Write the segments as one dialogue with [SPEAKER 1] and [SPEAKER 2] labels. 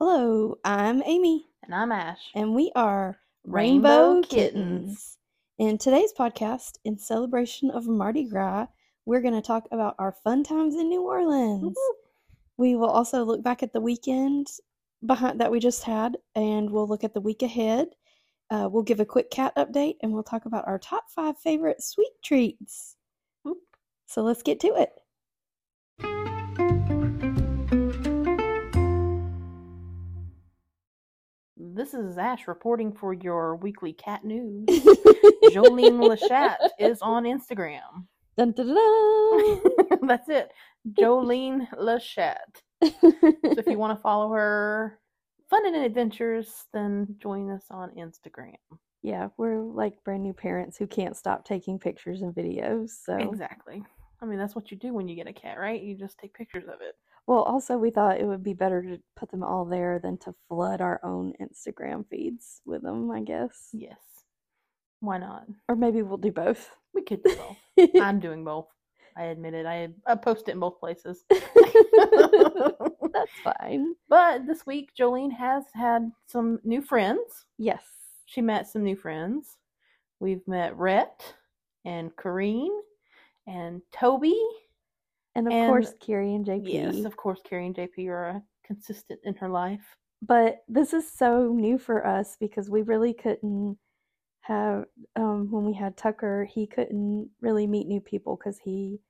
[SPEAKER 1] Hello, I'm Amy,
[SPEAKER 2] And I'm Ash.
[SPEAKER 1] and we are
[SPEAKER 2] Rainbow
[SPEAKER 1] Rainbow Kittens. In today's podcast, in celebration of Mardi Gras, we're going to talk about our fun times in New Orleans. We will also look back at the weekend behind that we just had, and we'll look at the week ahead. Uh, we'll give a quick cat update, and we'll talk about our top five favorite sweet treats.
[SPEAKER 2] Whoop.
[SPEAKER 1] So let's get to it.
[SPEAKER 2] This is Ash reporting for your weekly cat news. Jolene Lachat is on Instagram.
[SPEAKER 1] Dun, dun, dun,
[SPEAKER 2] That's it. Jolene Lachat.
[SPEAKER 1] dun.
[SPEAKER 2] So if you want to follow her fun and adventures, then join us on Instagram.
[SPEAKER 1] Yeah, we're like brand new parents who can't stop taking pictures and videos. So,
[SPEAKER 2] Exactly. I mean, that's what you do when you get a cat, right? You just take pictures of it.
[SPEAKER 1] well, also, we thought it would be better to put them all there than to flood our own Instagram feeds with them, I guess.
[SPEAKER 2] Yes. Why not?
[SPEAKER 1] Or maybe we'll do both.
[SPEAKER 2] We could do both. I'm doing both. I admit it. I, I post it in both places.
[SPEAKER 1] That's fine.
[SPEAKER 2] But this week, Jolene has had some new friends.
[SPEAKER 1] Yes.
[SPEAKER 2] She met some new friends. We've met Rhett and Kareen and Toby.
[SPEAKER 1] And of
[SPEAKER 2] And-
[SPEAKER 1] course, Carrie and JP.
[SPEAKER 2] Yes, of course, Carrie and JP are uh, consistent in her life.
[SPEAKER 1] but this is so new for us because we really couldn't have um when we had Tucker, he couldn't really meet new people cuz he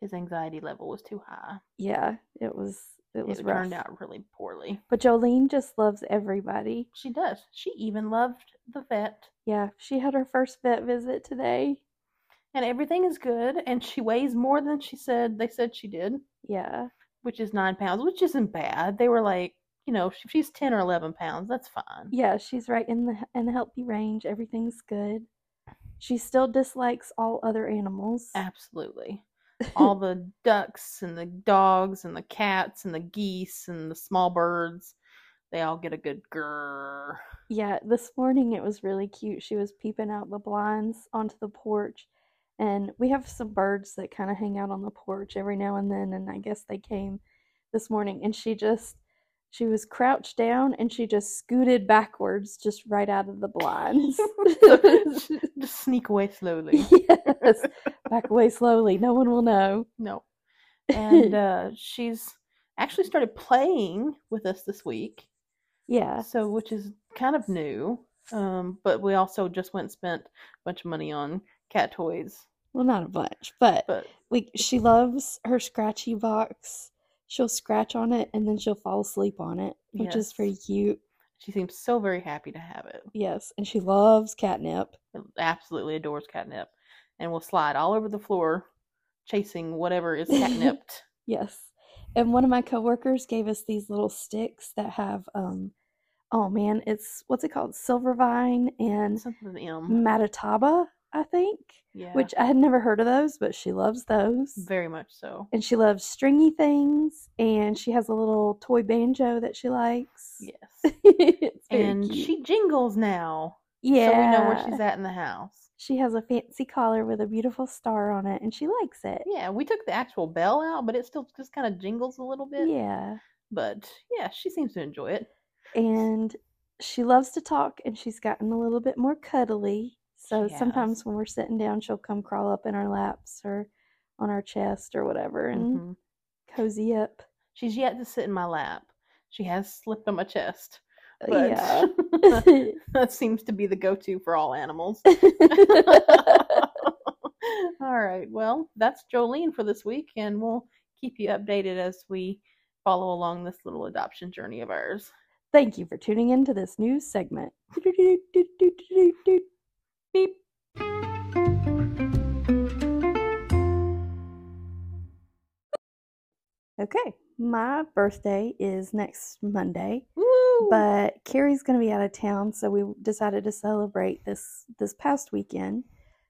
[SPEAKER 2] His anxiety level was too high.
[SPEAKER 1] yeah, it was it was
[SPEAKER 2] It
[SPEAKER 1] rough.
[SPEAKER 2] turned out really poorly.
[SPEAKER 1] But Jolene just loves everybody.
[SPEAKER 2] She does. She even loved the vet.
[SPEAKER 1] Yeah, she had her first vet visit today.
[SPEAKER 2] And everything is good. And she weighs more than she said they said she did,
[SPEAKER 1] Yeah.
[SPEAKER 2] which is nine pounds, which isn't bad. They were like, you know, if she's 10 or 11 pounds, that's fine.
[SPEAKER 1] Yeah, she's right in the in the healthy range. Everything's good. She still dislikes all other animals.
[SPEAKER 2] Absolutely. All the ducks and the dogs and the cats and the geese and the small birds, they all get a good grrr.
[SPEAKER 1] Yeah, this morning it was really cute. She was peeping out the blinds onto the porch, and we have some birds that kind of hang out on the porch every now and then, and I guess they came this morning, and she just she was crouched down and she just scooted backwards just right out of the blinds.
[SPEAKER 2] Just sneak away slowly.
[SPEAKER 1] Yes, back away slowly. No one will know.
[SPEAKER 2] No. And uh, she's actually started playing with us this week,
[SPEAKER 1] Yeah,
[SPEAKER 2] so which is kind of new. Um, but we also just went and spent a bunch of money on cat toys.
[SPEAKER 1] well, not a bunch, but
[SPEAKER 2] But
[SPEAKER 1] we she loves her scratchy box. She'll scratch on it and then she'll fall asleep on it, which is
[SPEAKER 2] Yes.
[SPEAKER 1] pretty cute.
[SPEAKER 2] she seems so very happy to have it.
[SPEAKER 1] Yes, and she loves catnip.
[SPEAKER 2] absolutely adores catnip and will slide all over the floor chasing whatever is catnipped.
[SPEAKER 1] Yes. And one of my coworkers gave us these little sticks that have um oh man, it's what's it called? Silver vine and
[SPEAKER 2] Something with an M.
[SPEAKER 1] matataba, I think.
[SPEAKER 2] Mm-hmm. Yeah.
[SPEAKER 1] Mm, Which I had never heard of those, but she loves those.
[SPEAKER 2] very much so.
[SPEAKER 1] And she loves stringy things and she has a little toy banjo that she likes.
[SPEAKER 2] Yes.
[SPEAKER 1] It's very
[SPEAKER 2] and
[SPEAKER 1] cute.
[SPEAKER 2] she jingles now.
[SPEAKER 1] yeah.
[SPEAKER 2] So we know where she's at in the house.
[SPEAKER 1] She has a fancy collar with a beautiful star on it and she likes it.
[SPEAKER 2] Yeah, we took the actual bell out, but it still just kind of jingles a little bit.
[SPEAKER 1] Yeah.
[SPEAKER 2] But yeah, she seems to enjoy it.
[SPEAKER 1] and she loves to talk and she's gotten a little bit more cuddly so
[SPEAKER 2] She has.
[SPEAKER 1] sometimes when we're sitting down she'll come crawl up in our laps or on our chest or whatever and
[SPEAKER 2] Mhm.
[SPEAKER 1] cozy up
[SPEAKER 2] She's yet to sit in my lap. She has slipped on my chest.
[SPEAKER 1] Uh,
[SPEAKER 2] But
[SPEAKER 1] yeah
[SPEAKER 2] that seems to be the go to for all animals. All right. Well, that's Jolene for this week, and we'll keep you updated as we follow along this little adoption journey of ours.
[SPEAKER 1] thank you for tuning in to this new segment
[SPEAKER 2] Beep.
[SPEAKER 1] okay my birthday is next monday
[SPEAKER 2] Woo!
[SPEAKER 1] but Carrie's going to be out of town, so we decided to celebrate this this past weekend.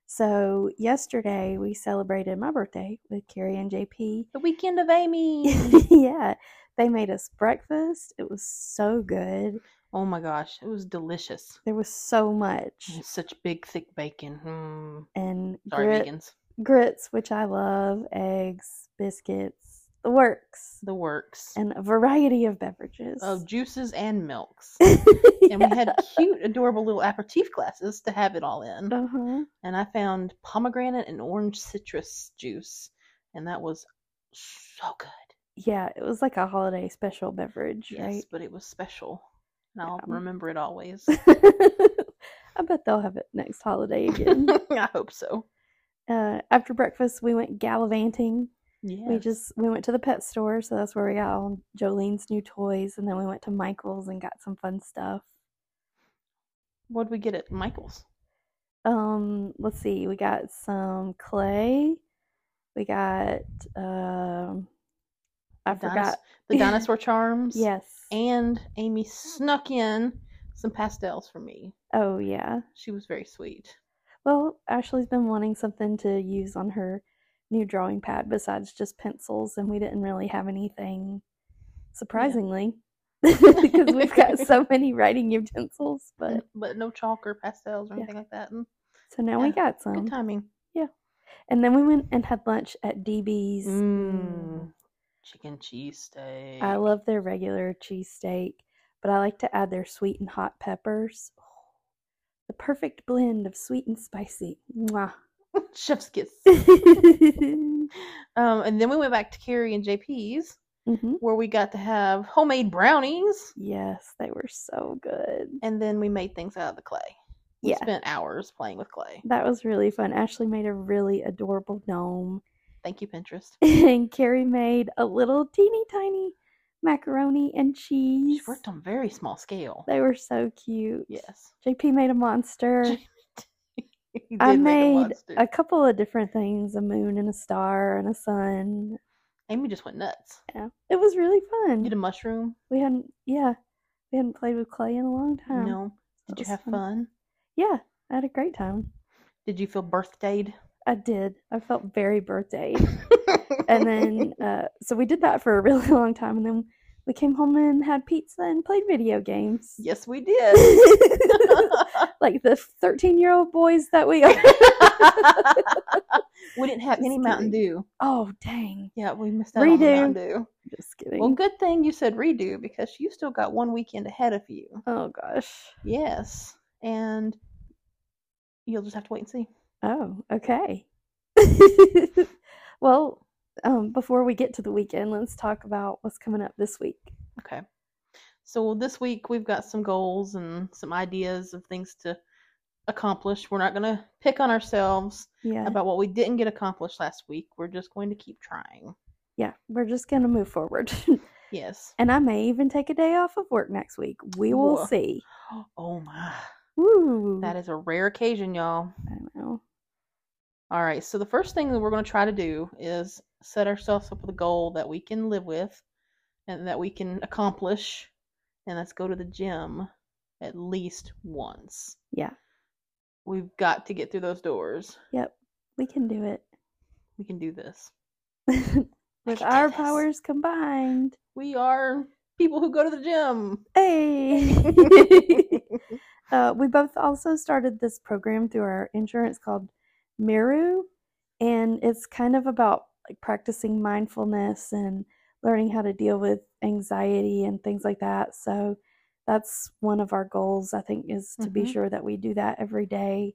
[SPEAKER 1] So yesterday we celebrated my birthday with Carrie and JP.
[SPEAKER 2] the weekend of Amy.
[SPEAKER 1] yeah, they made us breakfast. It was so good.
[SPEAKER 2] oh my gosh, it was delicious.
[SPEAKER 1] There was so much
[SPEAKER 2] It's such big, thick bacon. Mm.
[SPEAKER 1] and
[SPEAKER 2] Sorry,
[SPEAKER 1] grit,
[SPEAKER 2] vegans.
[SPEAKER 1] grits, which I love, eggs, biscuits, the works,
[SPEAKER 2] the works
[SPEAKER 1] and a variety
[SPEAKER 2] Oh,
[SPEAKER 1] of beverages.
[SPEAKER 2] of juices and milks. And
[SPEAKER 1] Yeah.
[SPEAKER 2] we had cute, adorable little aperitif glasses to have it all in.
[SPEAKER 1] Uh-huh.
[SPEAKER 2] And I found pomegranate and orange citrus juice, and that was so good.
[SPEAKER 1] Yeah, it was like a holiday special beverage,
[SPEAKER 2] Yes, but it was special. And I'll
[SPEAKER 1] Yeah.
[SPEAKER 2] remember it always.
[SPEAKER 1] right? I bet they'll have it next holiday again.
[SPEAKER 2] I hope so.
[SPEAKER 1] uh, after breakfast, we went gallivanting.
[SPEAKER 2] Yeah.
[SPEAKER 1] We just we went to the pet store, so that's where we got all Jolene's new toys, and then we went to Michael's and got some fun stuff.
[SPEAKER 2] What'd we get at Michael's?
[SPEAKER 1] Um, let's see, we got some clay. We got um, I
[SPEAKER 2] The dinos-
[SPEAKER 1] forgot.
[SPEAKER 2] The dinosaur charms.
[SPEAKER 1] Yes.
[SPEAKER 2] And Amy snuck in some pastels for me.
[SPEAKER 1] oh yeah.
[SPEAKER 2] She was very sweet.
[SPEAKER 1] Well, Ashley's been wanting something to use on her new drawing pad besides just pencils, and we didn't really have anything surprisingly because we've got so many writing utensils. But
[SPEAKER 2] But, but no chalk or pastels or
[SPEAKER 1] Yeah. Um,
[SPEAKER 2] anything like that. And
[SPEAKER 1] so now we
[SPEAKER 2] Yeah,
[SPEAKER 1] got some.
[SPEAKER 2] good timing.
[SPEAKER 1] And then we went and had lunch at DB's.
[SPEAKER 2] Mmm. Chicken cheese steak.
[SPEAKER 1] Mm. I love their regular cheesesteak, but I like to add their sweet and hot peppers. The perfect blend of sweet and spicy. Mwah.
[SPEAKER 2] chef's kiss.
[SPEAKER 1] Mhm.
[SPEAKER 2] um, and then we went back to Carrie and JP's where we got to have homemade brownies
[SPEAKER 1] Yes, they were so good.
[SPEAKER 2] and then we made things out of the clay. We
[SPEAKER 1] Yeah,
[SPEAKER 2] spent hours playing with clay.
[SPEAKER 1] that was really fun. Ashley made a really adorable gnome,
[SPEAKER 2] Thank you, Pinterest.
[SPEAKER 1] and Carrie made a little teeny tiny macaroni and
[SPEAKER 2] She
[SPEAKER 1] cheese.
[SPEAKER 2] worked on very small scale.
[SPEAKER 1] They were so cute.
[SPEAKER 2] Yes.
[SPEAKER 1] JP made a monster.
[SPEAKER 2] You
[SPEAKER 1] I
[SPEAKER 2] did make a
[SPEAKER 1] made
[SPEAKER 2] monster.
[SPEAKER 1] a couple of different things a moon and a star and a sun.
[SPEAKER 2] Amy just went nuts.
[SPEAKER 1] Yeah, it was really fun.
[SPEAKER 2] You did a mushroom?
[SPEAKER 1] we hadn't, yeah, we hadn't played with clay in a long time.
[SPEAKER 2] no.
[SPEAKER 1] Oh, that
[SPEAKER 2] Did you
[SPEAKER 1] was
[SPEAKER 2] have
[SPEAKER 1] fun.
[SPEAKER 2] fun?
[SPEAKER 1] Yeah, I had a great time.
[SPEAKER 2] Did you feel birthdayed?
[SPEAKER 1] I did. I felt very birthday. and then, uh, so we did that for a really long time. And then we came home and had pizza and played video games.
[SPEAKER 2] yes, we did.
[SPEAKER 1] like the 13 year old boys that we are.
[SPEAKER 2] we didn't have any
[SPEAKER 1] Just
[SPEAKER 2] Mountain Dew.
[SPEAKER 1] oh, dang.
[SPEAKER 2] Yeah, we missed out on the
[SPEAKER 1] Redo.
[SPEAKER 2] Mountain Dew.
[SPEAKER 1] Just kidding.
[SPEAKER 2] Well, good thing you said redo because you still got one weekend ahead of you.
[SPEAKER 1] oh, gosh.
[SPEAKER 2] Yes, and you'll just have to wait and see.
[SPEAKER 1] Oh, okay. well, um, before we get to the weekend, let's talk about what's coming up this week.
[SPEAKER 2] Okay. So this week we've got some goals and some ideas of things to accomplish. We're not going to pick on ourselves
[SPEAKER 1] Yeah.
[SPEAKER 2] about what we didn't get accomplished last week. We're just going to keep trying.
[SPEAKER 1] yeah. We're just going to move forward.
[SPEAKER 2] Yes.
[SPEAKER 1] and I may even take a day off of work next week. We will
[SPEAKER 2] Whoa.
[SPEAKER 1] see.
[SPEAKER 2] Oh my.
[SPEAKER 1] Woo.
[SPEAKER 2] That is a rare occasion, y'all.
[SPEAKER 1] I don't know.
[SPEAKER 2] All right. So the first thing that we're going to try to do is set ourselves up with a goal that we can live with and that we can accomplish. And that's go to the gym at least once.
[SPEAKER 1] Yeah.
[SPEAKER 2] We've got to get through those doors.
[SPEAKER 1] Yep. We can do it.
[SPEAKER 2] We can do this. We
[SPEAKER 1] With
[SPEAKER 2] can do
[SPEAKER 1] our
[SPEAKER 2] this.
[SPEAKER 1] powers combined.
[SPEAKER 2] We are people who go to the gym.
[SPEAKER 1] Hey. uh, we both also started this program through our insurance called Miru, and it's kind of about like practicing mindfulness and learning how to deal with anxiety and things like that. So that's one of our goals, I think, is to be
[SPEAKER 2] Mhm.
[SPEAKER 1] sure that we do that every day.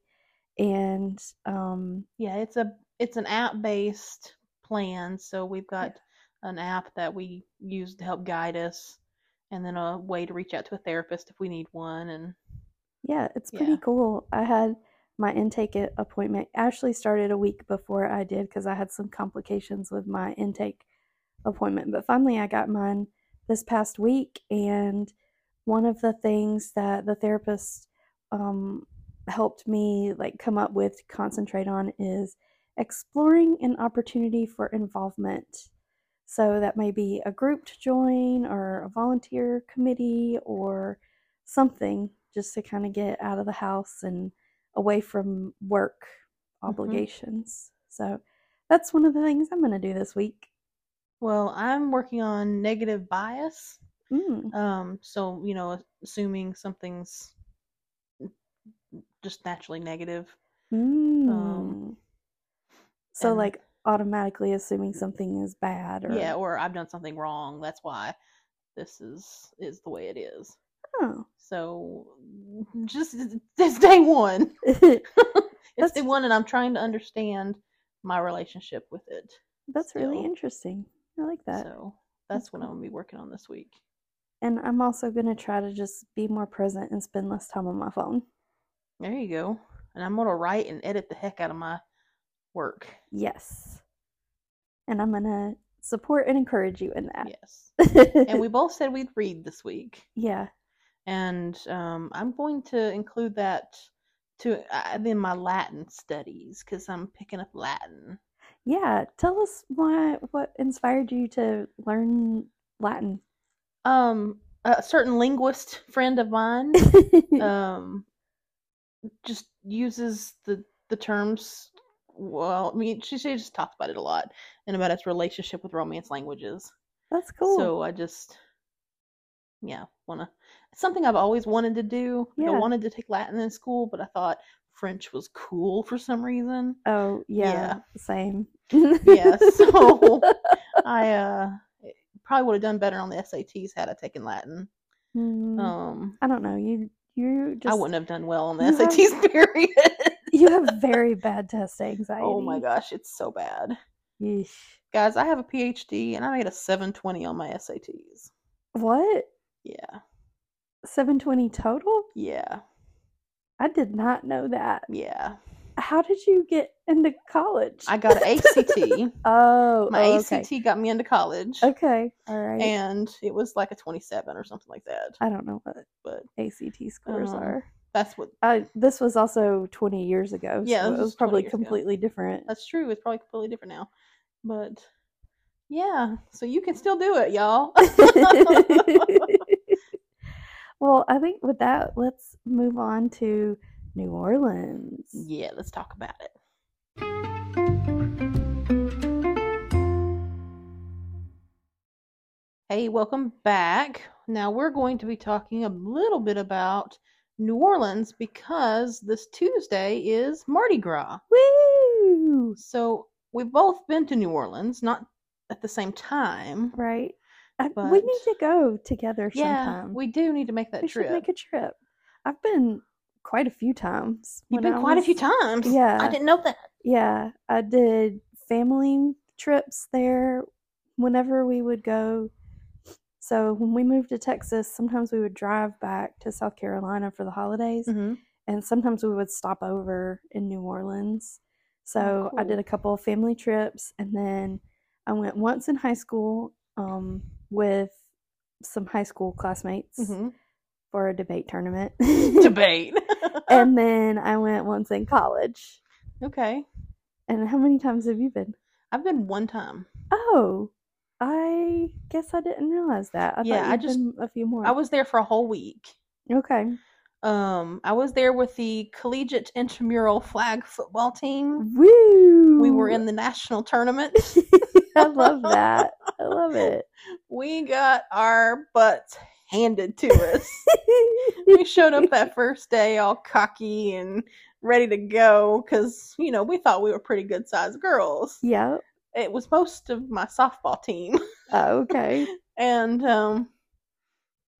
[SPEAKER 1] And um,
[SPEAKER 2] yeah, it's a it's an app based plan. So we've got an app that we use to help guide us and then a way to reach out to a therapist if we need one and
[SPEAKER 1] Yeah, it's pretty
[SPEAKER 2] Yeah.
[SPEAKER 1] cool. I had my intake a- appointment actually started a week before I did because I had some complications with my intake appointment. But finally, I got mine this past week. And one of the things that the therapist um, helped me like come up with to concentrate on is exploring an opportunity for involvement. So that may be a group to join or a volunteer committee or something just to kind of get out of the house and away from work
[SPEAKER 2] Mm-hmm.
[SPEAKER 1] obligations. So that's one of the things I'm going to do this week.
[SPEAKER 2] well, I'm working on negative bias.
[SPEAKER 1] Mm,
[SPEAKER 2] Um so, you know, assuming something's just naturally negative.
[SPEAKER 1] mm. so,
[SPEAKER 2] and-
[SPEAKER 1] like automatically assuming something is bad or
[SPEAKER 2] yeah, or I've done something wrong. That's why this is is the way it is.
[SPEAKER 1] Oh.
[SPEAKER 2] So just this day one. It's
[SPEAKER 1] That's-
[SPEAKER 2] the one, and I'm trying to understand my relationship with it.
[SPEAKER 1] That's really
[SPEAKER 2] still.
[SPEAKER 1] interesting. I like that.
[SPEAKER 2] So that's what I'm
[SPEAKER 1] cool.
[SPEAKER 2] gonna be working on this week.
[SPEAKER 1] And I'm also going to try to just be more present and spend less time on my phone.
[SPEAKER 2] There you go. And I'm gonna write and edit the heck out of my work.
[SPEAKER 1] Yes. And I'm going to support and encourage you in that.
[SPEAKER 2] Yes. and we both said we'd read this week,
[SPEAKER 1] yeah.
[SPEAKER 2] and um, I'm going to include that to uh, in my Latin studies because I'm picking up Latin.
[SPEAKER 1] Yeah. Tell us why what inspired you to learn Latin.
[SPEAKER 2] Um, a certain linguist friend of mine um just uses the the terms well i mean she, she just talks about it a lot and about its relationship with romance languages
[SPEAKER 1] That's cool.
[SPEAKER 2] so i just yeah wanna it's something i've always wanted to do Like,
[SPEAKER 1] Yeah.
[SPEAKER 2] i wanted to take latin in school but i thought french was cool for some reason
[SPEAKER 1] oh, yeah.
[SPEAKER 2] yeah.
[SPEAKER 1] Same.
[SPEAKER 2] yeah so i uh probably would have done better on the sats had i taken latin
[SPEAKER 1] Mm,
[SPEAKER 2] um
[SPEAKER 1] I don't know. You you just
[SPEAKER 2] i wouldn't have done well on the
[SPEAKER 1] You have-
[SPEAKER 2] sats period
[SPEAKER 1] you have very bad test anxiety.
[SPEAKER 2] Oh my gosh, it's so bad.
[SPEAKER 1] Yeesh.
[SPEAKER 2] Guys, I have a PhD and I made a 720 on my SATs.
[SPEAKER 1] What?
[SPEAKER 2] Yeah.
[SPEAKER 1] 720 total?
[SPEAKER 2] Yeah.
[SPEAKER 1] I did not know that.
[SPEAKER 2] Yeah.
[SPEAKER 1] How did you get into college?
[SPEAKER 2] I got an ACT.
[SPEAKER 1] oh,
[SPEAKER 2] My
[SPEAKER 1] oh, okay.
[SPEAKER 2] ACT got me into college
[SPEAKER 1] Okay, all right.
[SPEAKER 2] and it was like a 27 or something like that.
[SPEAKER 1] I don't know what
[SPEAKER 2] But
[SPEAKER 1] ACT scores
[SPEAKER 2] Um,
[SPEAKER 1] are.
[SPEAKER 2] that's what
[SPEAKER 1] I, this was also 20 years ago.
[SPEAKER 2] Yeah,
[SPEAKER 1] so
[SPEAKER 2] this
[SPEAKER 1] it was
[SPEAKER 2] was 20
[SPEAKER 1] probably
[SPEAKER 2] years ago.
[SPEAKER 1] completely different.
[SPEAKER 2] that's true. It's probably completely different now. But yeah, so you can still do it, y'all.
[SPEAKER 1] well, I think with that, let's move on to New Orleans.
[SPEAKER 2] yeah, let's talk about it. Hey, welcome back. Now we're going to be talking a little bit about New Orleans because this Tuesday is Mardi Gras.
[SPEAKER 1] Woo!
[SPEAKER 2] So we've both been to New Orleans, not at the same time.
[SPEAKER 1] Right? I, we
[SPEAKER 2] But-
[SPEAKER 1] need to go together
[SPEAKER 2] Yeah,
[SPEAKER 1] sometime.
[SPEAKER 2] we do need to make that
[SPEAKER 1] We
[SPEAKER 2] trip.
[SPEAKER 1] should make a trip. I've been quite a few times.
[SPEAKER 2] You've
[SPEAKER 1] when
[SPEAKER 2] been
[SPEAKER 1] I
[SPEAKER 2] quite a few
[SPEAKER 1] was-
[SPEAKER 2] times. I
[SPEAKER 1] Yeah.
[SPEAKER 2] didn't know that.
[SPEAKER 1] Yeah, I did family trips there whenever we would go. So when we moved to Texas, sometimes we would drive back to South Carolina for the holidays,
[SPEAKER 2] Mm-hmm.
[SPEAKER 1] and sometimes we would stop over in New Orleans. So I did
[SPEAKER 2] Oh, cool.
[SPEAKER 1] a couple of family trips, and then I went once in high school um, with some high school classmates
[SPEAKER 2] Mm-hmm.
[SPEAKER 1] for a debate tournament.
[SPEAKER 2] Debate. Oh.
[SPEAKER 1] and then I went once in college.
[SPEAKER 2] okay.
[SPEAKER 1] And how many times have you been?
[SPEAKER 2] I've been one time.
[SPEAKER 1] Oh, I guess I didn't realize that. I
[SPEAKER 2] Yeah,
[SPEAKER 1] thought
[SPEAKER 2] I
[SPEAKER 1] you'd
[SPEAKER 2] just-
[SPEAKER 1] been a few more.
[SPEAKER 2] I was there for a whole week.
[SPEAKER 1] okay.
[SPEAKER 2] Um, I was there with the collegiate intramural flag football team.
[SPEAKER 1] Woo!
[SPEAKER 2] We were in the national tournament.
[SPEAKER 1] I love that. I love it.
[SPEAKER 2] we got our butts handed to us. we showed up that first day all cocky and ready to go because, you know, we thought we were pretty good sized girls.
[SPEAKER 1] yep.
[SPEAKER 2] It was most of my softball team.
[SPEAKER 1] Oh, okay.
[SPEAKER 2] And, um,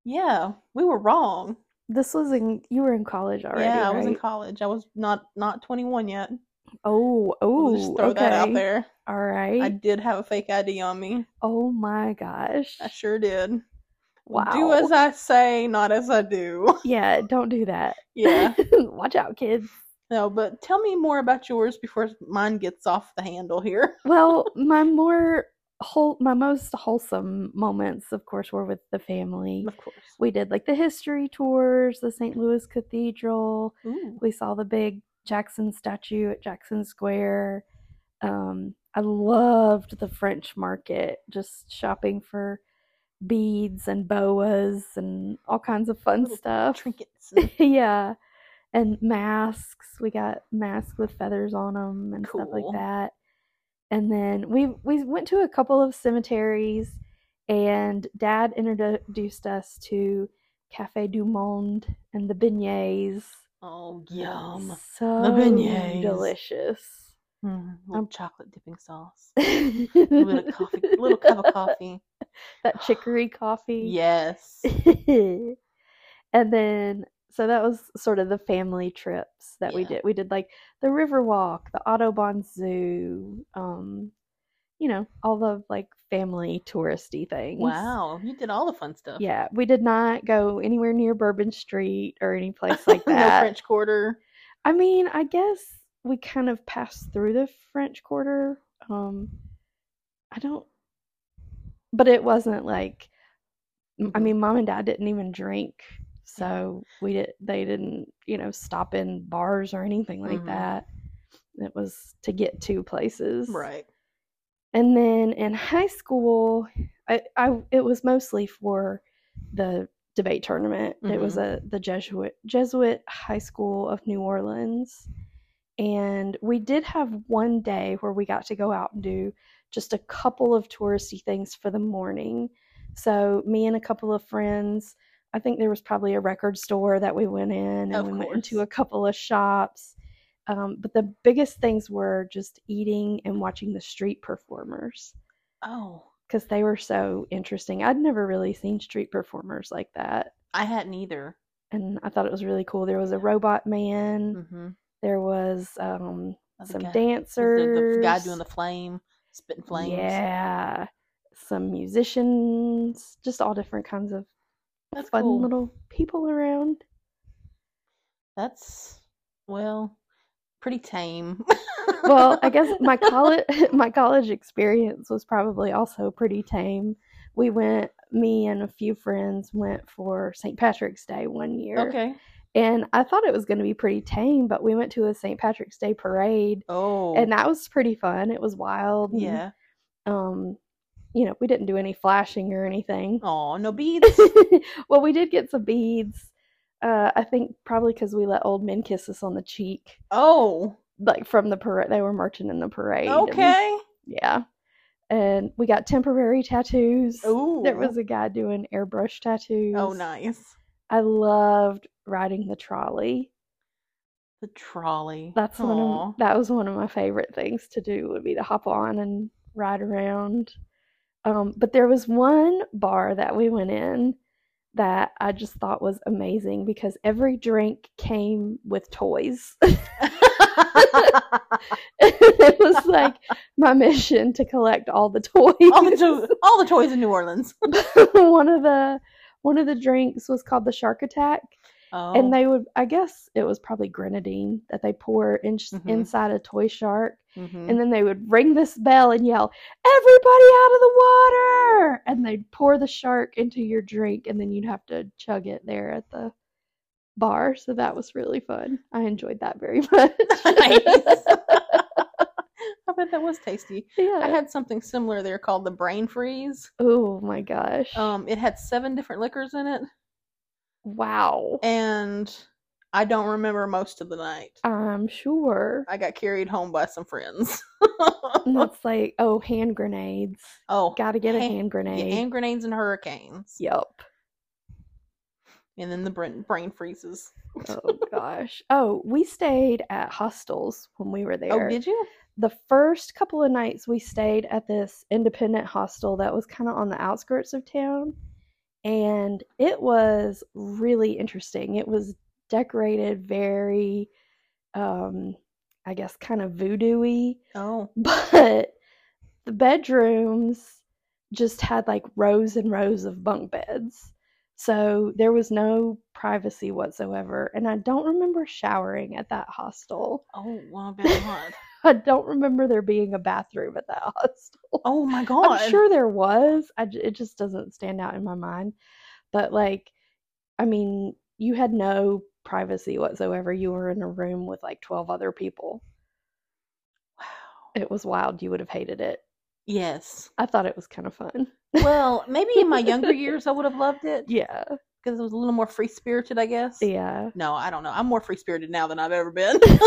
[SPEAKER 2] yeah, we were wrong.
[SPEAKER 1] This was in you were in college already,
[SPEAKER 2] yeah, I was in
[SPEAKER 1] right?
[SPEAKER 2] college. I was not not 21 yet.
[SPEAKER 1] oh, oh,
[SPEAKER 2] We'll just throw
[SPEAKER 1] okay.
[SPEAKER 2] that out there.
[SPEAKER 1] All
[SPEAKER 2] I
[SPEAKER 1] right.
[SPEAKER 2] did have a fake ID on me.
[SPEAKER 1] Oh my gosh.
[SPEAKER 2] I sure did.
[SPEAKER 1] Wow.
[SPEAKER 2] Do as I say, not as I do.
[SPEAKER 1] yeah, don't do that.
[SPEAKER 2] Yeah.
[SPEAKER 1] Watch out, kids.
[SPEAKER 2] No, but tell me more about yours before mine gets off the handle here.
[SPEAKER 1] Well, my more whole, my most wholesome moments, of course, were with the family.
[SPEAKER 2] Of course.
[SPEAKER 1] We did like the history tours, the St. Louis Cathedral.
[SPEAKER 2] Ooh.
[SPEAKER 1] We saw the big Jackson statue at Jackson Square. Um, I loved the French market, just shopping for beads and boas and all kinds of fun
[SPEAKER 2] Little
[SPEAKER 1] stuff.
[SPEAKER 2] Trinkets. and-
[SPEAKER 1] yeah. And masks. We got masks with feathers on them and stuff
[SPEAKER 2] Cool.
[SPEAKER 1] like that. And then we we went to a couple of cemeteries and dad introduced us to Cafe du Monde and the beignets.
[SPEAKER 2] Oh, yum.
[SPEAKER 1] So
[SPEAKER 2] beignets.
[SPEAKER 1] delicious.
[SPEAKER 2] Mm, little
[SPEAKER 1] Um,
[SPEAKER 2] chocolate dipping sauce. A little,
[SPEAKER 1] that
[SPEAKER 2] coffee, little cup of coffee.
[SPEAKER 1] chicory coffee.
[SPEAKER 2] Yes.
[SPEAKER 1] and then so that was sort of the family trips that we
[SPEAKER 2] Yeah.
[SPEAKER 1] did. We did like the river walk, the Autobahn Zoo, um, you know, all the like family touristy things.
[SPEAKER 2] Wow. You did all the fun stuff.
[SPEAKER 1] Yeah, we did not go anywhere near Bourbon Street or any place like
[SPEAKER 2] no
[SPEAKER 1] that.
[SPEAKER 2] French Quarter.
[SPEAKER 1] I mean, I guess we kind of passed through the French Quarter. Um, I don't, but it wasn't like, m- I
[SPEAKER 2] Mhm.
[SPEAKER 1] mean, mom and dad didn't even drink, so we did. They didn't, you know, stop in bars or anything like
[SPEAKER 2] Mhm.
[SPEAKER 1] that. It was to get to places,
[SPEAKER 2] Right.
[SPEAKER 1] and then in high school, I, I it was mostly for the debate tournament. It was a the Jesuit Jesuit High School of New Orleans, and we did have one day where we got to go out and do just a couple of touristy things for the morning. So me and a couple of friends. I think there was probably a record store that we went in, and
[SPEAKER 2] Of
[SPEAKER 1] we went into
[SPEAKER 2] course.
[SPEAKER 1] a couple of shops. Um, but the biggest things were just eating and watching the street performers
[SPEAKER 2] Oh,
[SPEAKER 1] because they were so interesting. I'd never really seen street performers like that.
[SPEAKER 2] I hadn't either.
[SPEAKER 1] And I thought it was really cool. There was a robot man,
[SPEAKER 2] Mm-hmm.
[SPEAKER 1] there was um, Mm, some
[SPEAKER 2] guy,
[SPEAKER 1] dancers.
[SPEAKER 2] the, the guy doing the flame, spitting flames.
[SPEAKER 1] Yeah. Some musicians, just all different kinds of
[SPEAKER 2] That's
[SPEAKER 1] fun
[SPEAKER 2] cool.
[SPEAKER 1] little people around.
[SPEAKER 2] That's well, pretty tame.
[SPEAKER 1] well, I guess my college my college experience was probably also pretty tame. We went, me and a few friends went for St. Patrick's Day one year,
[SPEAKER 2] okay.
[SPEAKER 1] and I thought it was going to be pretty tame, but we went to a St. Patrick's Day parade,
[SPEAKER 2] Oh,
[SPEAKER 1] and that was pretty fun. It was wild. and,
[SPEAKER 2] yeah.
[SPEAKER 1] um, you know, we didn't do any flashing or anything.
[SPEAKER 2] Oh, no beads.
[SPEAKER 1] well, we did get some beads. Uh, I think probably because we let old men kiss us on the cheek,
[SPEAKER 2] oh,
[SPEAKER 1] like from the parade. They were marching in the parade. and-
[SPEAKER 2] okay.
[SPEAKER 1] yeah. And we got temporary tattoos.
[SPEAKER 2] Oh,
[SPEAKER 1] There was a guy doing airbrush tattoos.
[SPEAKER 2] oh nice.
[SPEAKER 1] I loved riding the trolley.
[SPEAKER 2] The trolley.
[SPEAKER 1] That's one
[SPEAKER 2] Aw.
[SPEAKER 1] of that was one of my favorite things to do would be to hop on and ride around. Um, but there was one bar that we went in that I just thought was amazing because every drink came with toys. it was like my mission to collect all the toys.
[SPEAKER 2] all the to- all the toys in New Orleans.
[SPEAKER 1] one of the one of the drinks was called the shark attack
[SPEAKER 2] Oh,
[SPEAKER 1] and they would i guess it was probably grenadine that they pour in-
[SPEAKER 2] Mhm.
[SPEAKER 1] inside a toy shark
[SPEAKER 2] mhm.
[SPEAKER 1] and then they would ring this bell and yell everybody out of the water and they'd pour the shark into your drink and then you'd have to chug it there at the bar so that was really fun i enjoyed that very much
[SPEAKER 2] Nice. I bet that was tasty. I
[SPEAKER 1] yeah
[SPEAKER 2] had something similar there called the brain freeze.
[SPEAKER 1] oh my gosh
[SPEAKER 2] Um, it had seven different liquors in it,
[SPEAKER 1] wow
[SPEAKER 2] and I don't remember most of the night.
[SPEAKER 1] i'm sure
[SPEAKER 2] I got carried home by some friends.
[SPEAKER 1] And that's like, oh, hand grenades.
[SPEAKER 2] oh,
[SPEAKER 1] Gotta get a
[SPEAKER 2] hand-
[SPEAKER 1] hand
[SPEAKER 2] yeah,
[SPEAKER 1] grenade.
[SPEAKER 2] hand grenades and hurricanes,
[SPEAKER 1] Yup.
[SPEAKER 2] and then the brain, brain freezes.
[SPEAKER 1] Oh gosh. Oh, we stayed at hostels when we were there.
[SPEAKER 2] Oh, did you?
[SPEAKER 1] the first couple of nights we stayed at this independent hostel that was kind of on the outskirts of town, and it was really interesting. It was decorated very, um, I guess, kind of voodoo-y.
[SPEAKER 2] Oh,
[SPEAKER 1] but the bedrooms just had like rows and rows of bunk beds. So there was no privacy whatsoever. And I don't remember showering at that hostel.
[SPEAKER 2] oh, well, I bet not.
[SPEAKER 1] I don't remember there being a bathroom at that hostel.
[SPEAKER 2] Oh my god!
[SPEAKER 1] I'm sure there was. I, j- it just doesn't stand out in my mind. But like, I mean, you had no privacy whatsoever. You were in a room with like 12 other people.
[SPEAKER 2] Wow.
[SPEAKER 1] It was wild. You would have hated it.
[SPEAKER 2] Yes.
[SPEAKER 1] I thought it was kind of fun.
[SPEAKER 2] Well, maybe in my younger years I would have loved it
[SPEAKER 1] Yeah.
[SPEAKER 2] because it was a little more free spirited, I guess.
[SPEAKER 1] Yeah.
[SPEAKER 2] No, I don't know. I'm more free spirited now than I've ever been.
[SPEAKER 1] That's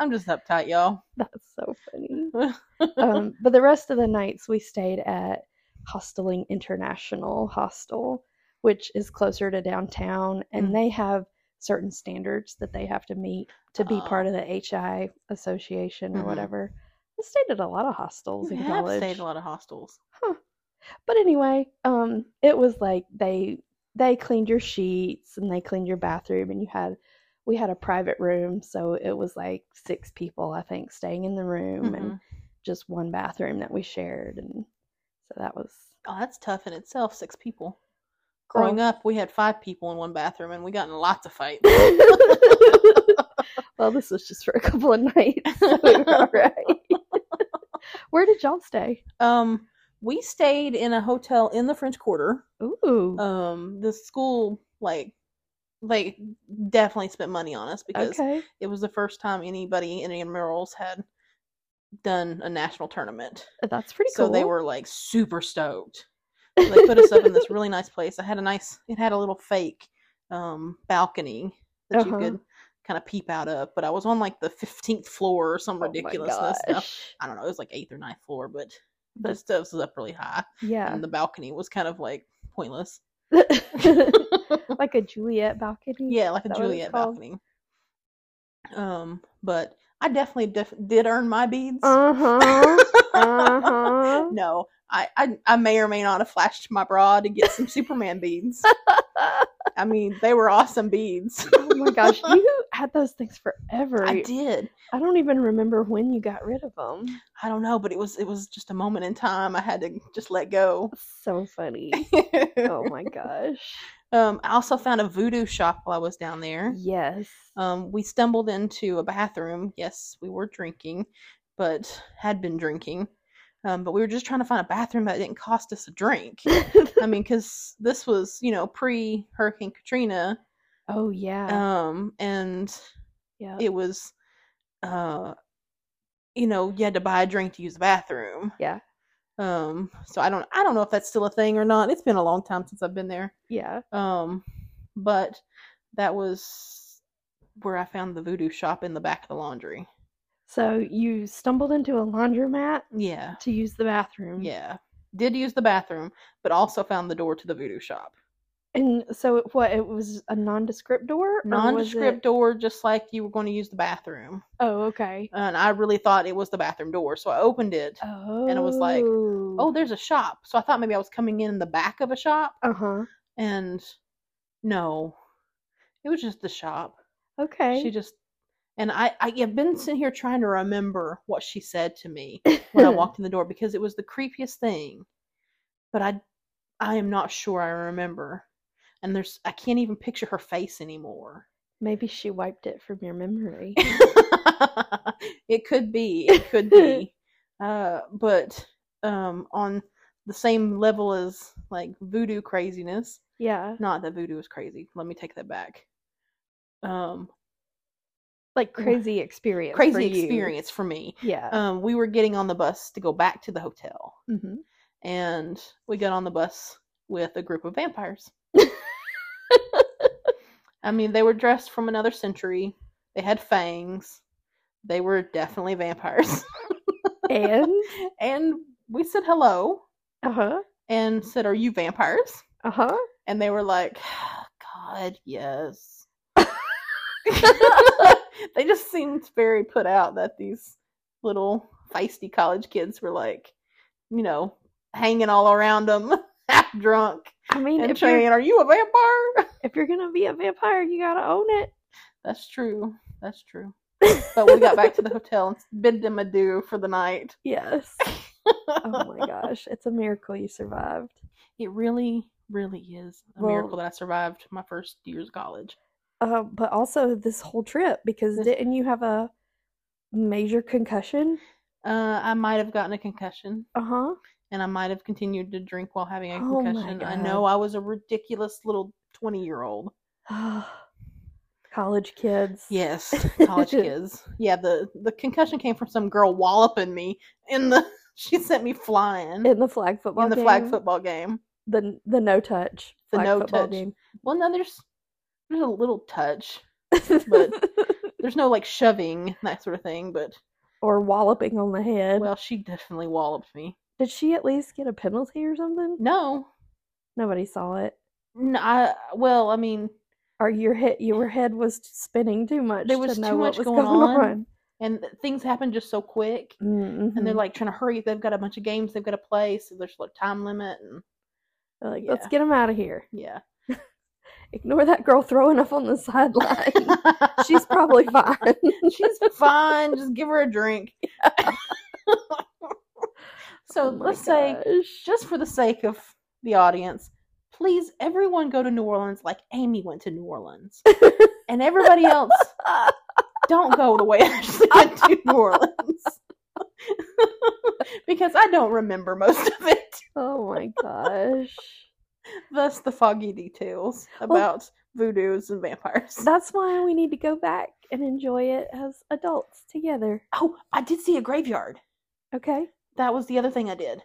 [SPEAKER 2] I'm just uptight, y'all.
[SPEAKER 1] so funny.
[SPEAKER 2] Oh,
[SPEAKER 1] Um, but the rest of the nights we stayed at Hosteling International Hostel, which is closer to downtown, and
[SPEAKER 2] Mm.
[SPEAKER 1] they have certain standards that they have to meet to be
[SPEAKER 2] Oh.
[SPEAKER 1] part of the HI association or
[SPEAKER 2] Mhm.
[SPEAKER 1] whatever. I stayed at a lot of hostels
[SPEAKER 2] You
[SPEAKER 1] in
[SPEAKER 2] have
[SPEAKER 1] college.
[SPEAKER 2] stayed at a lot of hostels.
[SPEAKER 1] But anyway, um, it was like they they cleaned your sheets and they cleaned your bathroom and you had we had a private room, so it was like six people I think staying in the room and
[SPEAKER 2] Mhm.
[SPEAKER 1] just one bathroom that we shared and so that was
[SPEAKER 2] Oh, that's tough in itself. Six people. Growing up, we had five people in one bathroom, and we got in lots of fights.
[SPEAKER 1] well, this was just for a couple of nights. So we were all right. Where did y'all stay?
[SPEAKER 2] um, we stayed in a hotel in the French Quarter.
[SPEAKER 1] Ooh.
[SPEAKER 2] Um, the school like like definitely spent money on us because
[SPEAKER 1] okay.
[SPEAKER 2] it was the first time anybody in any murals had done a national tournament.
[SPEAKER 1] That's pretty
[SPEAKER 2] so
[SPEAKER 1] cool.
[SPEAKER 2] they were like super stoked. So they put us up in this really nice place. I had a nice, it had a little fake um, balcony that
[SPEAKER 1] Uh-huh.
[SPEAKER 2] you could kind of peep out of. But I was on like the 15th floor or some ridiculousness.
[SPEAKER 1] Oh my
[SPEAKER 2] stuff.
[SPEAKER 1] gosh.
[SPEAKER 2] I don't know. It was like eighth or ninth floor, but
[SPEAKER 1] But-
[SPEAKER 2] the stuff was up really high.
[SPEAKER 1] Yeah.
[SPEAKER 2] And the balcony was kind of like pointless.
[SPEAKER 1] like a Juliet balcony.
[SPEAKER 2] Yeah, like a
[SPEAKER 1] that what it's
[SPEAKER 2] Juliet
[SPEAKER 1] called?
[SPEAKER 2] balcony. Um, but I definitely def- did earn my beads.
[SPEAKER 1] Uh huh. Uh huh.
[SPEAKER 2] No, I, I I may or may not have flashed my bra to get some Superman beads. I mean, they were awesome beads.
[SPEAKER 1] Oh my gosh, you had those things forever.
[SPEAKER 2] I did.
[SPEAKER 1] I don't even remember when you got rid of them.
[SPEAKER 2] I don't know, but it was it was just a moment in time. I had to just let go.
[SPEAKER 1] So funny. Oh my gosh.
[SPEAKER 2] um, I also found a voodoo shop while I was down there.
[SPEAKER 1] Yes.
[SPEAKER 2] Uh-huh. Um, we stumbled into a bathroom. Yes, we were drinking, but had been drinking. Um, but we were just trying to find a bathroom that didn't cost us a drink. I mean, because this was, you know, pre Hurricane Katrina.
[SPEAKER 1] oh yeah.
[SPEAKER 2] um and
[SPEAKER 1] yeah.
[SPEAKER 2] it was uh you know you had to buy a drink to use the bathroom
[SPEAKER 1] Yeah.
[SPEAKER 2] um so i don't i don't know if that's still a thing or not it's been a long time since i've been there
[SPEAKER 1] yeah.
[SPEAKER 2] um but that was where i found the voodoo shop in the back of the laundry
[SPEAKER 1] So you stumbled into a laundromat
[SPEAKER 2] yeah
[SPEAKER 1] to use the bathroom.
[SPEAKER 2] yeah did use the bathroom but also found the door to the voodoo shop
[SPEAKER 1] And so it, what? It was a nondescript door. or Oh, was it-
[SPEAKER 2] nondescript door just like you were going to use the bathroom
[SPEAKER 1] Oh okay.
[SPEAKER 2] and i really thought it was the bathroom door so i opened it
[SPEAKER 1] Oh.
[SPEAKER 2] it was like, oh, there's a shop. So I thought maybe I was coming in the back of a shop,
[SPEAKER 1] Uh huh.
[SPEAKER 2] and no, it was just the shop.
[SPEAKER 1] Okay.
[SPEAKER 2] She just, and I, I have been sitting here trying to remember what she said to me when I walked in the door because it was the creepiest thing, but I, I am not sure I remember, and there's I can't even picture her face anymore.
[SPEAKER 1] Maybe she wiped it from your memory.
[SPEAKER 2] it could be. It could be. Uh, but um, on the same level as like voodoo craziness,
[SPEAKER 1] yeah.
[SPEAKER 2] not that voodoo is crazy. Let me take that back. Um,
[SPEAKER 1] Like
[SPEAKER 2] Wha-
[SPEAKER 1] crazy experience. for
[SPEAKER 2] crazy
[SPEAKER 1] you.
[SPEAKER 2] experience for me.
[SPEAKER 1] Yeah.
[SPEAKER 2] Um, we were getting on the bus to go back to the hotel,
[SPEAKER 1] hmm
[SPEAKER 2] and we got on the bus with a group of vampires. I mean, they were dressed from another century. They had fangs. They were definitely vampires.
[SPEAKER 1] And
[SPEAKER 2] and we said hello
[SPEAKER 1] uh huh.
[SPEAKER 2] and said, "Are you vampires?"
[SPEAKER 1] Uh huh.
[SPEAKER 2] And they were like, "God, yes." they just seemed very put out that these little feisty college kids were like, you know, hanging all around them, half drunk,
[SPEAKER 1] I mean,
[SPEAKER 2] and um
[SPEAKER 1] if you're
[SPEAKER 2] saying, "Are you a vampire?"
[SPEAKER 1] if you're gonna be a vampire, you gotta own it.
[SPEAKER 2] That's true. That's true. But we got back to the hotel and bid them adieu for the night.
[SPEAKER 1] Yes. Oh my gosh, it's a miracle you survived.
[SPEAKER 2] It really, really is a
[SPEAKER 1] Well-
[SPEAKER 2] miracle that I survived my first year's of college.
[SPEAKER 1] Uh, but also this whole trip because
[SPEAKER 2] This-
[SPEAKER 1] didn't you have a major concussion?
[SPEAKER 2] Uh, I might have gotten a concussion,
[SPEAKER 1] Uh huh.
[SPEAKER 2] and I might have continued to drink while having a
[SPEAKER 1] Oh my
[SPEAKER 2] concussion. I
[SPEAKER 1] God.
[SPEAKER 2] know I was a ridiculous little twenty-year-old.
[SPEAKER 1] Ah. College kids.
[SPEAKER 2] Yes, college kids. Yeah, the the concussion came from some girl walloping me in the. She sent me flying in
[SPEAKER 1] In the flag football
[SPEAKER 2] the flag
[SPEAKER 1] game,
[SPEAKER 2] football game.
[SPEAKER 1] The the no touch.
[SPEAKER 2] The
[SPEAKER 1] flag
[SPEAKER 2] no
[SPEAKER 1] football
[SPEAKER 2] touch.
[SPEAKER 1] game.
[SPEAKER 2] Well, no, there's there's a little touch. There's no like shoving that sort of thing, but
[SPEAKER 1] or walloping on the head.
[SPEAKER 2] well, she definitely walloped me.
[SPEAKER 1] Did she at least get a
[SPEAKER 2] Mm.
[SPEAKER 1] penalty or something?
[SPEAKER 2] No,
[SPEAKER 1] Nobody saw it.
[SPEAKER 2] No, I well, I mean,
[SPEAKER 1] or your head your head was spinning too much
[SPEAKER 2] There was
[SPEAKER 1] to know
[SPEAKER 2] too
[SPEAKER 1] what
[SPEAKER 2] much
[SPEAKER 1] was
[SPEAKER 2] going
[SPEAKER 1] going,
[SPEAKER 2] on.
[SPEAKER 1] on.
[SPEAKER 2] and th- things happen just so quick
[SPEAKER 1] Mm-hmm.
[SPEAKER 2] and they're like trying to hurry they've got a bunch of games they've got to play so there's like time limit and
[SPEAKER 1] Mm-hmm. like, let's
[SPEAKER 2] yeah.
[SPEAKER 1] get him out of here.
[SPEAKER 2] yeah
[SPEAKER 1] Ignore that girl throwing up on the sideline. She's probably fine.
[SPEAKER 2] she's fine just give her a drink so
[SPEAKER 1] Oh my
[SPEAKER 2] let's say
[SPEAKER 1] gosh.
[SPEAKER 2] just for the sake of the audience, please everyone go to New Orleans like Amy went to New Orleans. and everybody else don't go the way Ashley went to New Orleans. because I don't remember most of it.
[SPEAKER 1] oh my gosh.
[SPEAKER 2] Thus the foggy details about voodoos and vampires.
[SPEAKER 1] That's why we need to go back and enjoy it as adults together.
[SPEAKER 2] oh, I did see a graveyard.
[SPEAKER 1] Okay?
[SPEAKER 2] That was the other thing I did.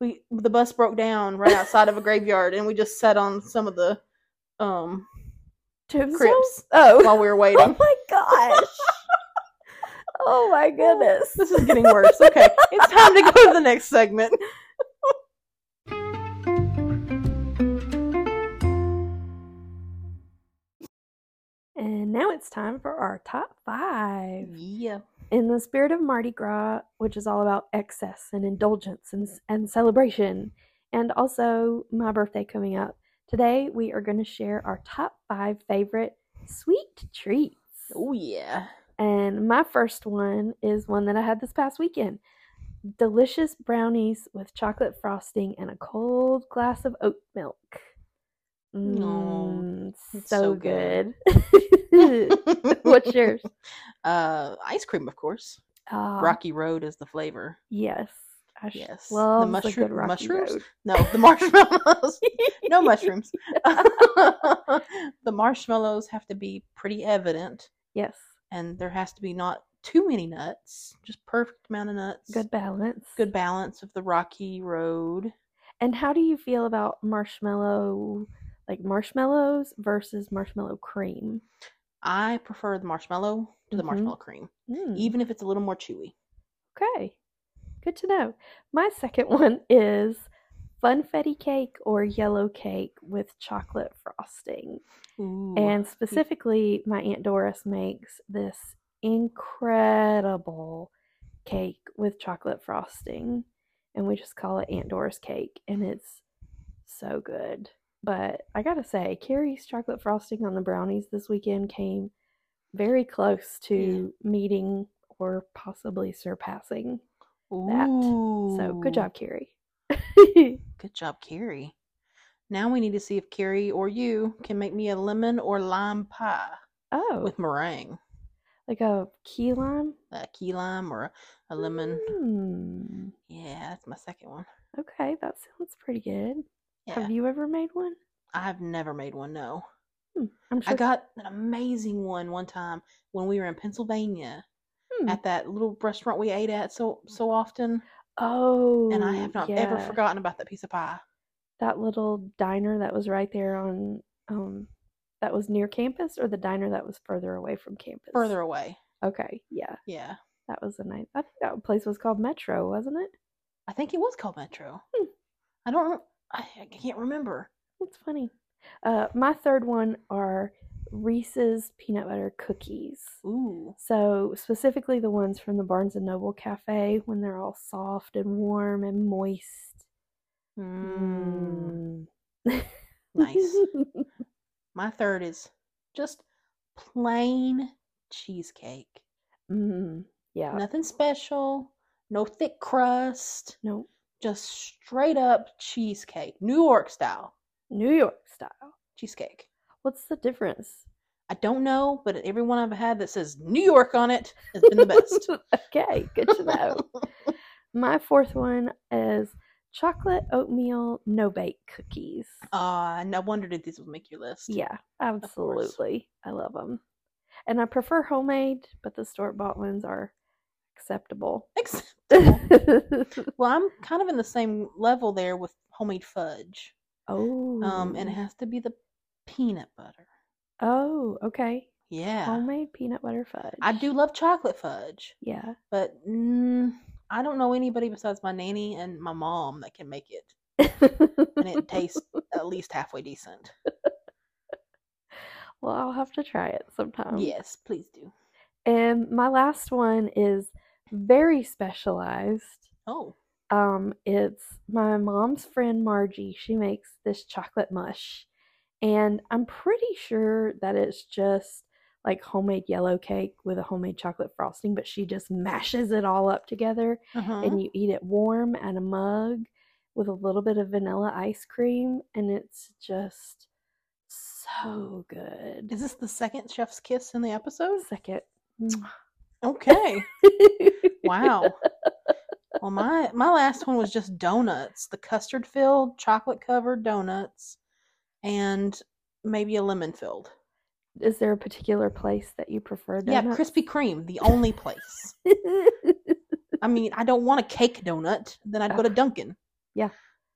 [SPEAKER 2] We the bus broke down right outside of a graveyard and we just sat on some of the um
[SPEAKER 1] Tombstones?
[SPEAKER 2] crypts
[SPEAKER 1] Oh.
[SPEAKER 2] while we were waiting.
[SPEAKER 1] oh my gosh. oh my goodness.
[SPEAKER 2] This is getting worse. Okay, it's time to go to the next segment.
[SPEAKER 1] And now it's time for our top five.
[SPEAKER 2] Yeah.
[SPEAKER 1] In the spirit of Mardi Gras, which is all about excess and indulgence and, and celebration, and also my birthday coming up, today we are going to share our top five favorite sweet treats.
[SPEAKER 2] Oh yeah.
[SPEAKER 1] And my first one is one that I had this past weekend delicious brownies with chocolate frosting and a cold glass of oat milk. Mm,
[SPEAKER 2] it's so
[SPEAKER 1] so good. What's yours?
[SPEAKER 2] Uh, ice cream, of course.
[SPEAKER 1] Ah,
[SPEAKER 2] Rocky Road is the flavor.
[SPEAKER 1] Yes. I sh-
[SPEAKER 2] Yes. The
[SPEAKER 1] Love the
[SPEAKER 2] mushroom-
[SPEAKER 1] good Rocky
[SPEAKER 2] mushrooms?
[SPEAKER 1] Road.
[SPEAKER 2] No, the marshmallows. no mushrooms. the marshmallows have to be pretty evident,
[SPEAKER 1] Yes.
[SPEAKER 2] and there has to be not too many nuts, just perfect amount of nuts.
[SPEAKER 1] Good balance.
[SPEAKER 2] Good balance of the rocky road.
[SPEAKER 1] And how do you feel about marshmallow, like marshmallows versus marshmallow cream?
[SPEAKER 2] I prefer the marshmallow to the
[SPEAKER 1] Mhm.
[SPEAKER 2] marshmallow cream,
[SPEAKER 1] Mm,
[SPEAKER 2] even if it's a little more chewy.
[SPEAKER 1] okay. Good to know. My second one is funfetti cake or yellow cake with chocolate frosting.
[SPEAKER 2] Ooh.
[SPEAKER 1] And specifically, my Aunt Doris makes this incredible cake with chocolate frosting. And we just call it Aunt Doris cake. And it's so good. But I gotta say, Carrie's chocolate frosting on the brownies this weekend came very close to meeting or possibly surpassing. that. So
[SPEAKER 2] Ooh.
[SPEAKER 1] good job, Carrie.
[SPEAKER 2] Good job, Carrie. Now we need to see if Carrie or you can make me a lemon or lime pie
[SPEAKER 1] oh,
[SPEAKER 2] with meringue,
[SPEAKER 1] like a key lime?
[SPEAKER 2] a key lime or a lemon.
[SPEAKER 1] Mm,
[SPEAKER 2] Yeah, that's my second one.
[SPEAKER 1] okay, that sounds pretty good.
[SPEAKER 2] Yeah,
[SPEAKER 1] Have you ever made one?
[SPEAKER 2] I've never made one. No,
[SPEAKER 1] I'm
[SPEAKER 2] I
[SPEAKER 1] sure.
[SPEAKER 2] got an amazing one one time when we were in Pennsylvania
[SPEAKER 1] Hmm.
[SPEAKER 2] at that little restaurant we ate at so so often,
[SPEAKER 1] oh,
[SPEAKER 2] and I have not ever
[SPEAKER 1] yeah.
[SPEAKER 2] forgotten about that piece of pie.
[SPEAKER 1] that little diner that was right there on, um, that was near campus, or the diner that was further away from campus.
[SPEAKER 2] Further away,
[SPEAKER 1] Okay, yeah,
[SPEAKER 2] yeah,
[SPEAKER 1] that was a nice. I think that place was called Metro, wasn't it?
[SPEAKER 2] I think it was called Metro.
[SPEAKER 1] Hmm.
[SPEAKER 2] I don't. I, I can't remember.
[SPEAKER 1] That's funny. Uh, my third one are Reese's peanut butter cookies.
[SPEAKER 2] Ooh.
[SPEAKER 1] So specifically the ones from the Barnes and Noble cafe when they're all soft and warm and moist.
[SPEAKER 2] Mm.
[SPEAKER 1] Mm.
[SPEAKER 2] Nice. My third is just plain cheesecake.
[SPEAKER 1] mm, yeah.
[SPEAKER 2] Nothing special, no thick crust,
[SPEAKER 1] No,
[SPEAKER 2] just straight up cheesecake, New York style
[SPEAKER 1] New York style.
[SPEAKER 2] cheesecake.
[SPEAKER 1] What's the difference?
[SPEAKER 2] I don't know, but everyone I've had that says New York on it has been the best.
[SPEAKER 1] okay, good to know. My fourth one is chocolate oatmeal no bake cookies.
[SPEAKER 2] Uh, and I wondered if this would make your list.
[SPEAKER 1] Yeah,
[SPEAKER 2] course.
[SPEAKER 1] absolutely. I love them. And I prefer homemade, but the store bought ones are acceptable.
[SPEAKER 2] Ex-
[SPEAKER 1] oh.
[SPEAKER 2] Well, I'm kind of in the same level there with homemade fudge. Um, and it has to be the peanut butter.
[SPEAKER 1] Oh, okay.
[SPEAKER 2] Yeah.
[SPEAKER 1] Homemade peanut butter fudge.
[SPEAKER 2] I do love chocolate fudge,
[SPEAKER 1] Yeah.
[SPEAKER 2] but mm, I don't know anybody besides my nanny and my mom that can make it, and it tastes at least halfway decent.
[SPEAKER 1] Well, I'll have to try it sometime.
[SPEAKER 2] yes, please do.
[SPEAKER 1] And my last one is very specialized.
[SPEAKER 2] Oh,
[SPEAKER 1] Um, it's my mom's friend Margie. She makes this chocolate mush. And I'm pretty sure that it's just like homemade yellow cake with a homemade chocolate frosting, but she just mashes it all up together
[SPEAKER 2] uh-huh.
[SPEAKER 1] and you eat it warm at a mug with a little bit of vanilla ice cream. And it's just so good.
[SPEAKER 2] is this the second chef's kiss in the episode?
[SPEAKER 1] Second.
[SPEAKER 2] Okay. Wow. well, my my last one was just donuts, the custard filled, chocolate covered donuts, and maybe a lemon filled.
[SPEAKER 1] Is there a particular place that you prefer?
[SPEAKER 2] Yeah,
[SPEAKER 1] donuts?
[SPEAKER 2] Krispy Kreme, the only place. I mean, I don't want a cake donut. Then I'd go to Dunkin'.
[SPEAKER 1] Yeah.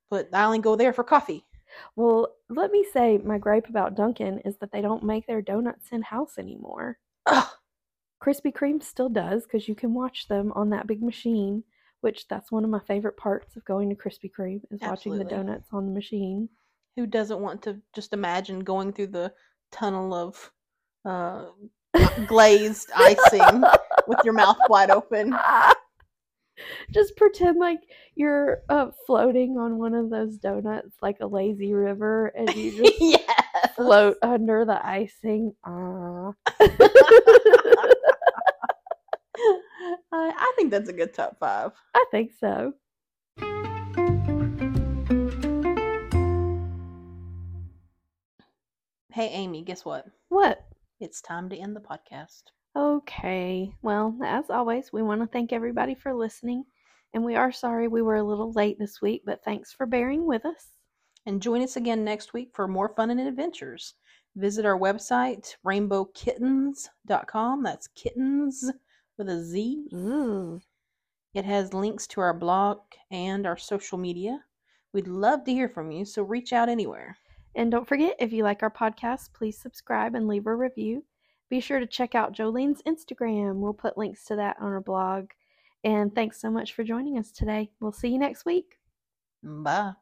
[SPEAKER 2] But I only go there for coffee.
[SPEAKER 1] well, let me say my gripe about Dunkin' is that they don't make their donuts in house anymore.
[SPEAKER 2] Ugh.
[SPEAKER 1] Krispy Kreme still does because you can watch them on that big machine, which that's one of my favorite parts of going to Krispy Kreme is watching the
[SPEAKER 2] Absolutely.
[SPEAKER 1] donuts on the machine.
[SPEAKER 2] Who doesn't want to just imagine going through the tunnel of uh, glazed icing with your mouth wide open?
[SPEAKER 1] Just pretend like you're uh, floating on one of those donuts like a lazy river and you just
[SPEAKER 2] yes.
[SPEAKER 1] float under the icing. Ah.
[SPEAKER 2] I, Uh, I think that's a good top five.
[SPEAKER 1] I think so.
[SPEAKER 2] Hey, Amy, guess what?
[SPEAKER 1] What?
[SPEAKER 2] It's time to end the podcast.
[SPEAKER 1] Okay. Well, as always, we want to thank everybody for listening. And we are sorry we were a little late this week, but thanks for bearing with us.
[SPEAKER 2] And join us again next week for more fun and adventures. Visit our website, rainbowkittens.com. That's kittens with a Z. It has links to our blog and our social media. We'd love to hear from you, so reach out anywhere.
[SPEAKER 1] And don't forget, if you like our podcast, please subscribe and leave a review. Be sure to check out Jolene's Instagram. We'll put links to that on our blog. And thanks so much for joining us today. We'll see you next week.
[SPEAKER 2] Bye.